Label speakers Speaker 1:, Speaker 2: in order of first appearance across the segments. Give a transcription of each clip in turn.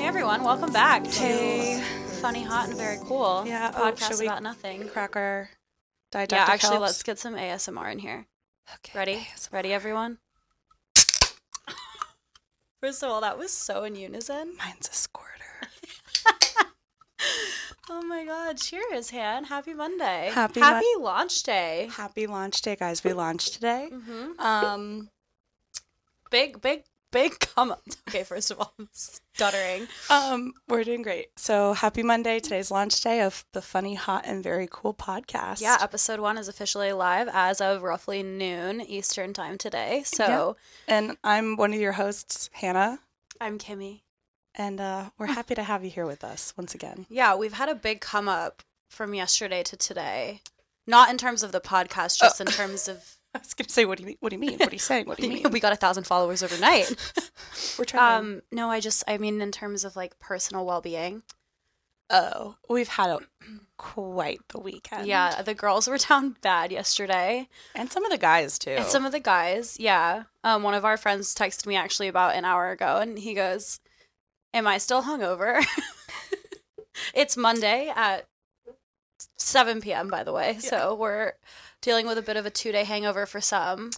Speaker 1: everyone. Welcome back to Funny, Hot, and Very Cool.
Speaker 2: Yeah, oh,
Speaker 1: podcast
Speaker 2: should we
Speaker 1: about nothing.
Speaker 2: Crack our didactic
Speaker 1: Yeah, actually,
Speaker 2: helps.
Speaker 1: let's get some ASMR in here.
Speaker 2: Okay.
Speaker 1: Ready? Ready, everyone? First of all, that was so in unison.
Speaker 2: Mine's a squirter.
Speaker 1: Oh my God. Cheers, Han. Happy Monday.
Speaker 2: Happy
Speaker 1: Happy launch day.
Speaker 2: Happy launch day, guys. We launched today.
Speaker 1: hmm
Speaker 2: Um,
Speaker 1: Big, big, big come up. Okay, first of all, I'm stuttering.
Speaker 2: um, we're doing great. So happy Monday. Today's launch day of the Funny, Hot, and Very Cool podcast.
Speaker 1: Yeah, episode one is officially live as of roughly noon Eastern time today. So
Speaker 2: And I'm one of your hosts, Hannah,
Speaker 1: I'm Kimmy.
Speaker 2: and uh, we're happy to have you here with us once again.
Speaker 1: Yeah, we've had a big come up from yesterday to today. Not in terms of the podcast, just in terms of
Speaker 2: I was going to say, what do you mean? What do you mean? What are you saying? What do you mean?
Speaker 1: we got a thousand followers overnight.
Speaker 2: We're trying.
Speaker 1: um, no, I just I mean in terms of like personal well being.
Speaker 2: oh, we've had a, quite the weekend.
Speaker 1: Yeah, the girls were down bad yesterday.
Speaker 2: and some of the guys too.
Speaker 1: And some of the guys, yeah. Um, one of our friends texted me actually about an hour ago, and he goes, "Am I still hungover?" it's Monday at seven p.m. By the way, so we're dealing with a bit of a two-day hangover for some.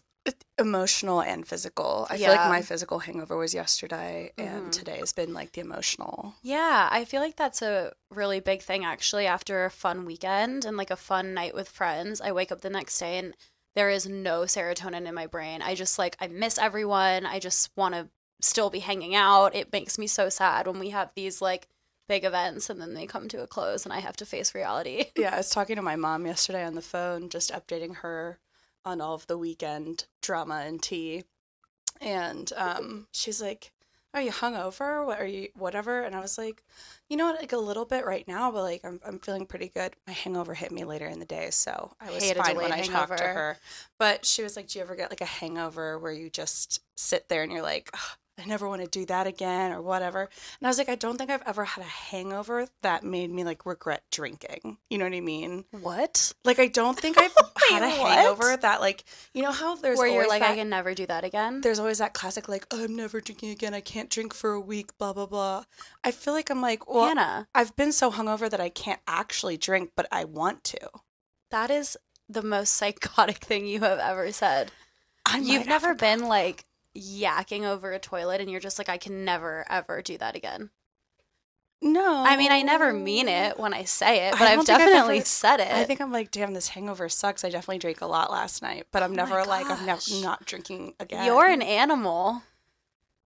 Speaker 2: emotional and physical. I feel like
Speaker 1: Yeah.
Speaker 2: my physical hangover was yesterday,
Speaker 1: Mhm.
Speaker 2: and today has been like the emotional.
Speaker 1: Yeah, I feel like that's a really big thing actually. After a fun weekend and like a fun night with friends, I wake up the next day and there is no serotonin in my brain. I just like, I miss everyone. I just want to still be hanging out. It makes me so sad when we have these like big events and then they come to a close and I have to face reality.
Speaker 2: Yeah, I was talking to my mom yesterday on the phone, just updating her on all of the weekend drama and tea, and um, she's like, "Are you hungover? What are you? Whatever?" And I was like, "You know what? Like a little bit right now, but like I'm I'm feeling pretty good. My hangover hit me later in the day, so I was
Speaker 1: Hate a
Speaker 2: fine when
Speaker 1: delayed
Speaker 2: I talked to
Speaker 1: hangover.
Speaker 2: her." But she was like, "Do you ever get like a hangover where you just sit there and you're like?" "Ugh, I never want to do that again or whatever. And I was like, I don't think I've ever had a hangover that made me like regret drinking. You know what I mean?
Speaker 1: What?
Speaker 2: Like I don't think I've had a
Speaker 1: Wait, what?
Speaker 2: hangover that like you know how there's
Speaker 1: Where
Speaker 2: always
Speaker 1: you're like,
Speaker 2: that,
Speaker 1: I can never do that again.
Speaker 2: there's always that classic like oh, I'm never drinking again. I can't drink for a week. Blah blah blah. I feel like I'm like well
Speaker 1: Hannah,
Speaker 2: I've been so hungover that I can't actually drink, but I want to.
Speaker 1: that is the most psychotic thing you have ever said.
Speaker 2: I
Speaker 1: You've
Speaker 2: might have
Speaker 1: never
Speaker 2: a-
Speaker 1: been like yakking over a toilet and you're just like, I can never ever do that again.
Speaker 2: no.
Speaker 1: I mean, I never mean it when I say it,
Speaker 2: Oh. I
Speaker 1: but I've
Speaker 2: don't think I've
Speaker 1: definitely
Speaker 2: ever-
Speaker 1: said it.
Speaker 2: I think I'm like damn this hangover sucks. I definitely drank a lot last night, but I'm
Speaker 1: Oh my
Speaker 2: never like I'm never
Speaker 1: gosh.
Speaker 2: not drinking again.
Speaker 1: you're an animal.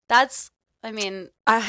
Speaker 1: That's, I mean,
Speaker 2: I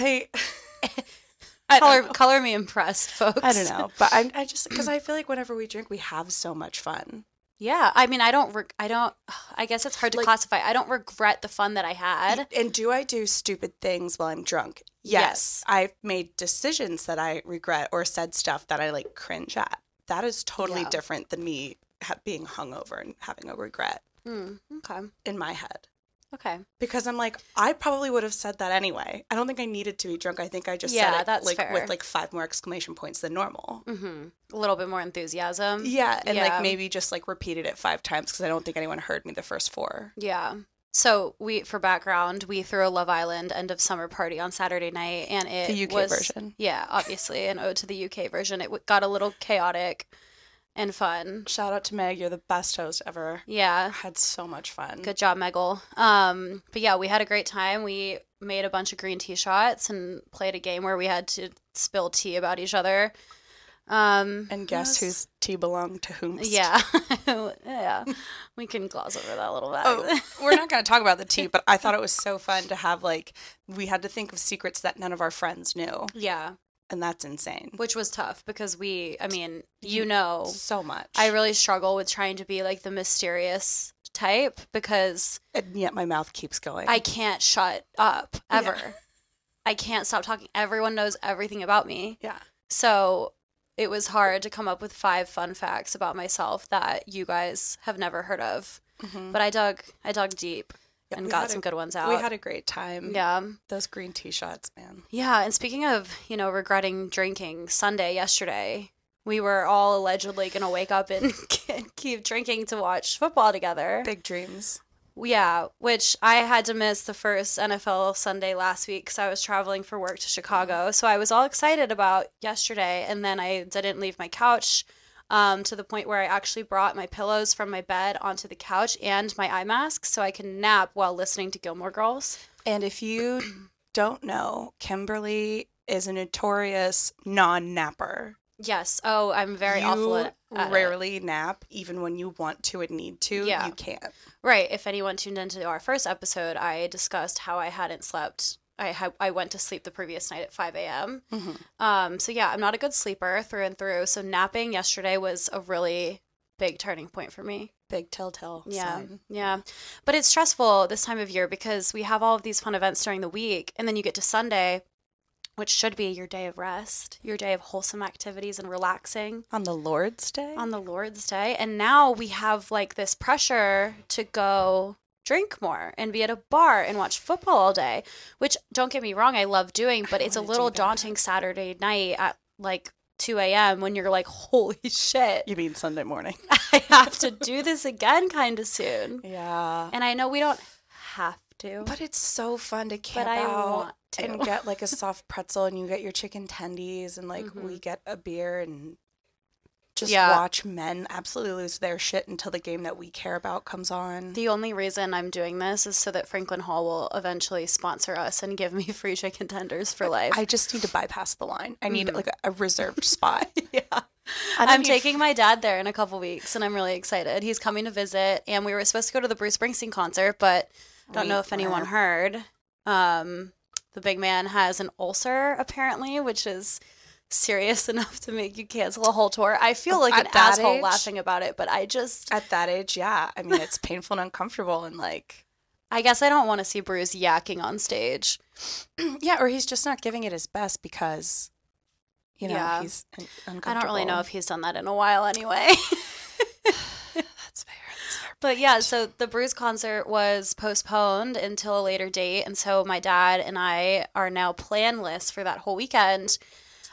Speaker 2: I don't
Speaker 1: color
Speaker 2: know.
Speaker 1: color me impressed, folks.
Speaker 2: I don't know, but I I just because I feel like whenever we drink, we have so much fun.
Speaker 1: yeah, I mean, I don't. Re- I don't. I guess it's hard to
Speaker 2: Like-
Speaker 1: classify. I don't regret the fun that I had.
Speaker 2: And do I do stupid things while I'm drunk?
Speaker 1: Yes.
Speaker 2: Yes. I've made decisions that I regret or said stuff that I like cringe at. That is totally
Speaker 1: Yeah.
Speaker 2: different than me ha- being hungover and having a regret
Speaker 1: Hmm, okay.
Speaker 2: in my head.
Speaker 1: Okay.
Speaker 2: Because I'm like, I probably would have said that anyway. I don't think I needed to be drunk. I think I just
Speaker 1: Yeah,
Speaker 2: said it
Speaker 1: that's
Speaker 2: like
Speaker 1: fair.
Speaker 2: with like five more exclamation points than normal.
Speaker 1: hmm A little bit more enthusiasm.
Speaker 2: Yeah,
Speaker 1: Mm-hmm.
Speaker 2: and
Speaker 1: yeah.
Speaker 2: like maybe just like repeated it five times because I don't think anyone heard me the first four.
Speaker 1: Yeah. So we, for background, we threw a Love Island end of summer party on Saturday night, and it
Speaker 2: The UK
Speaker 1: was,
Speaker 2: version.
Speaker 1: Yeah, obviously an ode to the UK version. It w- got a little chaotic and fun.
Speaker 2: Shout out to Meg, you're the best host ever. I
Speaker 1: Yeah,
Speaker 2: had so much fun.
Speaker 1: good job, Megal. Um, but yeah, we had a great time. We made a bunch of green tea shots and played a game where we had to spill tea about each other. Um,
Speaker 2: And guess
Speaker 1: it was-
Speaker 2: whose tea belonged to whom?
Speaker 1: Yeah, yeah. We can gloss over that a little bit.
Speaker 2: Oh, we're not going to talk about the tea, but I thought it was so fun to have like we had to think of secrets that none of our friends knew,
Speaker 1: yeah.
Speaker 2: and that's insane.
Speaker 1: which was tough because we i mean you
Speaker 2: You-
Speaker 1: know
Speaker 2: So much.
Speaker 1: i really struggle with trying to be like the mysterious type because
Speaker 2: and yet my mouth keeps going.
Speaker 1: i can't shut up
Speaker 2: Yeah.
Speaker 1: ever i can't stop talking everyone knows everything about me
Speaker 2: yeah.
Speaker 1: so it was hard to come up with five fun facts about myself that you guys have never heard of
Speaker 2: Mhm.
Speaker 1: but i dug i dug deep
Speaker 2: Yeah,
Speaker 1: and
Speaker 2: we
Speaker 1: got
Speaker 2: had
Speaker 1: some
Speaker 2: a-
Speaker 1: good ones out
Speaker 2: We had a great time.
Speaker 1: yeah
Speaker 2: Those green tea shots, man.
Speaker 1: Yeah, and speaking of, you know, regretting drinking, Sunday yesterday, we were all allegedly going to wake up and keep drinking to watch football together.
Speaker 2: Big dreams.
Speaker 1: Yeah, which I had to miss the first NFL Sunday last week because I was traveling for work to
Speaker 2: Mm-hmm.
Speaker 1: Chicago. So I was all excited about yesterday, and then I didn't leave my couch um, to the point where I actually brought my pillows from my bed onto the couch and my eye mask so I can nap while listening to Gilmore Girls.
Speaker 2: And if you don't know, Kimberly is a notorious non napper.
Speaker 1: Yes. Oh, I'm very
Speaker 2: you
Speaker 1: awful at, at it.
Speaker 2: rarely nap, even when you want to and need to.
Speaker 1: Yeah.
Speaker 2: You can't.
Speaker 1: Right. If anyone tuned into our first episode, I discussed how I hadn't slept. I ha- I went to sleep the previous night at 5 a.m.
Speaker 2: Mm-hmm.
Speaker 1: Um, so yeah, I'm not a good sleeper through and through. So napping yesterday was a really big turning point for me.
Speaker 2: Big telltale.
Speaker 1: Yeah.
Speaker 2: sign.
Speaker 1: Yeah. But it's stressful this time of year because we have all of these fun events during the week and then you get to Sunday, which should be your day of rest, your day of wholesome activities and relaxing
Speaker 2: On the Lord's Day?
Speaker 1: on the Lord's Day. And now we have like this pressure to go drink more and be at a bar and watch football all day, which don't get me wrong, I love doing, but
Speaker 2: I
Speaker 1: it's a
Speaker 2: wanna do
Speaker 1: little
Speaker 2: that.
Speaker 1: daunting Saturday night at like 2 a.m. when you're like, holy shit,
Speaker 2: you mean Sunday morning.
Speaker 1: I have to do this again kind of soon.
Speaker 2: Yeah.
Speaker 1: And I know we don't have to, but,
Speaker 2: But it's so fun to camp
Speaker 1: I
Speaker 2: out
Speaker 1: want to.
Speaker 2: and get like a soft pretzel and you get your chicken tendies and like
Speaker 1: Mhm.
Speaker 2: we get a beer and just
Speaker 1: Yeah.
Speaker 2: watch men absolutely lose their shit until the game that we care about comes on.
Speaker 1: the only reason I'm doing this is so that Franklin Hall will eventually sponsor us and give me free chicken tenders for life.
Speaker 2: I just need to bypass the line. I need
Speaker 1: Mhm.
Speaker 2: like a reserved spot.
Speaker 1: yeah.
Speaker 2: I don't
Speaker 1: I'm
Speaker 2: need
Speaker 1: taking my dad there in a couple weeks, and I'm really excited. He's coming to visit, and we were supposed to go to the Bruce Springsteen concert, but don't know
Speaker 2: We
Speaker 1: if anyone
Speaker 2: were.
Speaker 1: heard. Um, the big man has an ulcer apparently, which is serious enough to make you cancel a whole tour. I feel like
Speaker 2: At
Speaker 1: an
Speaker 2: that
Speaker 1: asshole
Speaker 2: age?
Speaker 1: laughing about it, but I just,
Speaker 2: at that age, yeah. I mean, it's painful and uncomfortable, and like,
Speaker 1: I guess I don't want to see Bruce yakking on stage.
Speaker 2: yeah, or he's just not giving it his best because, you know,
Speaker 1: Yeah.
Speaker 2: he's un-
Speaker 1: I
Speaker 2: uncomfortable.
Speaker 1: don't really know if he's done that in a while anyway.
Speaker 2: that's fair. That's fair.
Speaker 1: But yeah, so the Bruise concert was postponed until a later date. And so my dad and I are now planless for that whole weekend.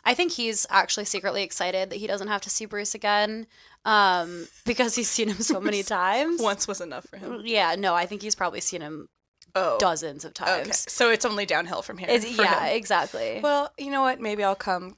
Speaker 1: I think he's actually secretly excited that he doesn't have to see Bruce again um, because he's seen him so many times.
Speaker 2: Once was enough for him.
Speaker 1: Yeah, no, I think he's probably seen him
Speaker 2: Oh,
Speaker 1: dozens of
Speaker 2: okay.
Speaker 1: times.
Speaker 2: So it's only downhill from here.
Speaker 1: It's-
Speaker 2: for
Speaker 1: yeah,
Speaker 2: him.
Speaker 1: exactly.
Speaker 2: Well, you know what? Maybe I'll come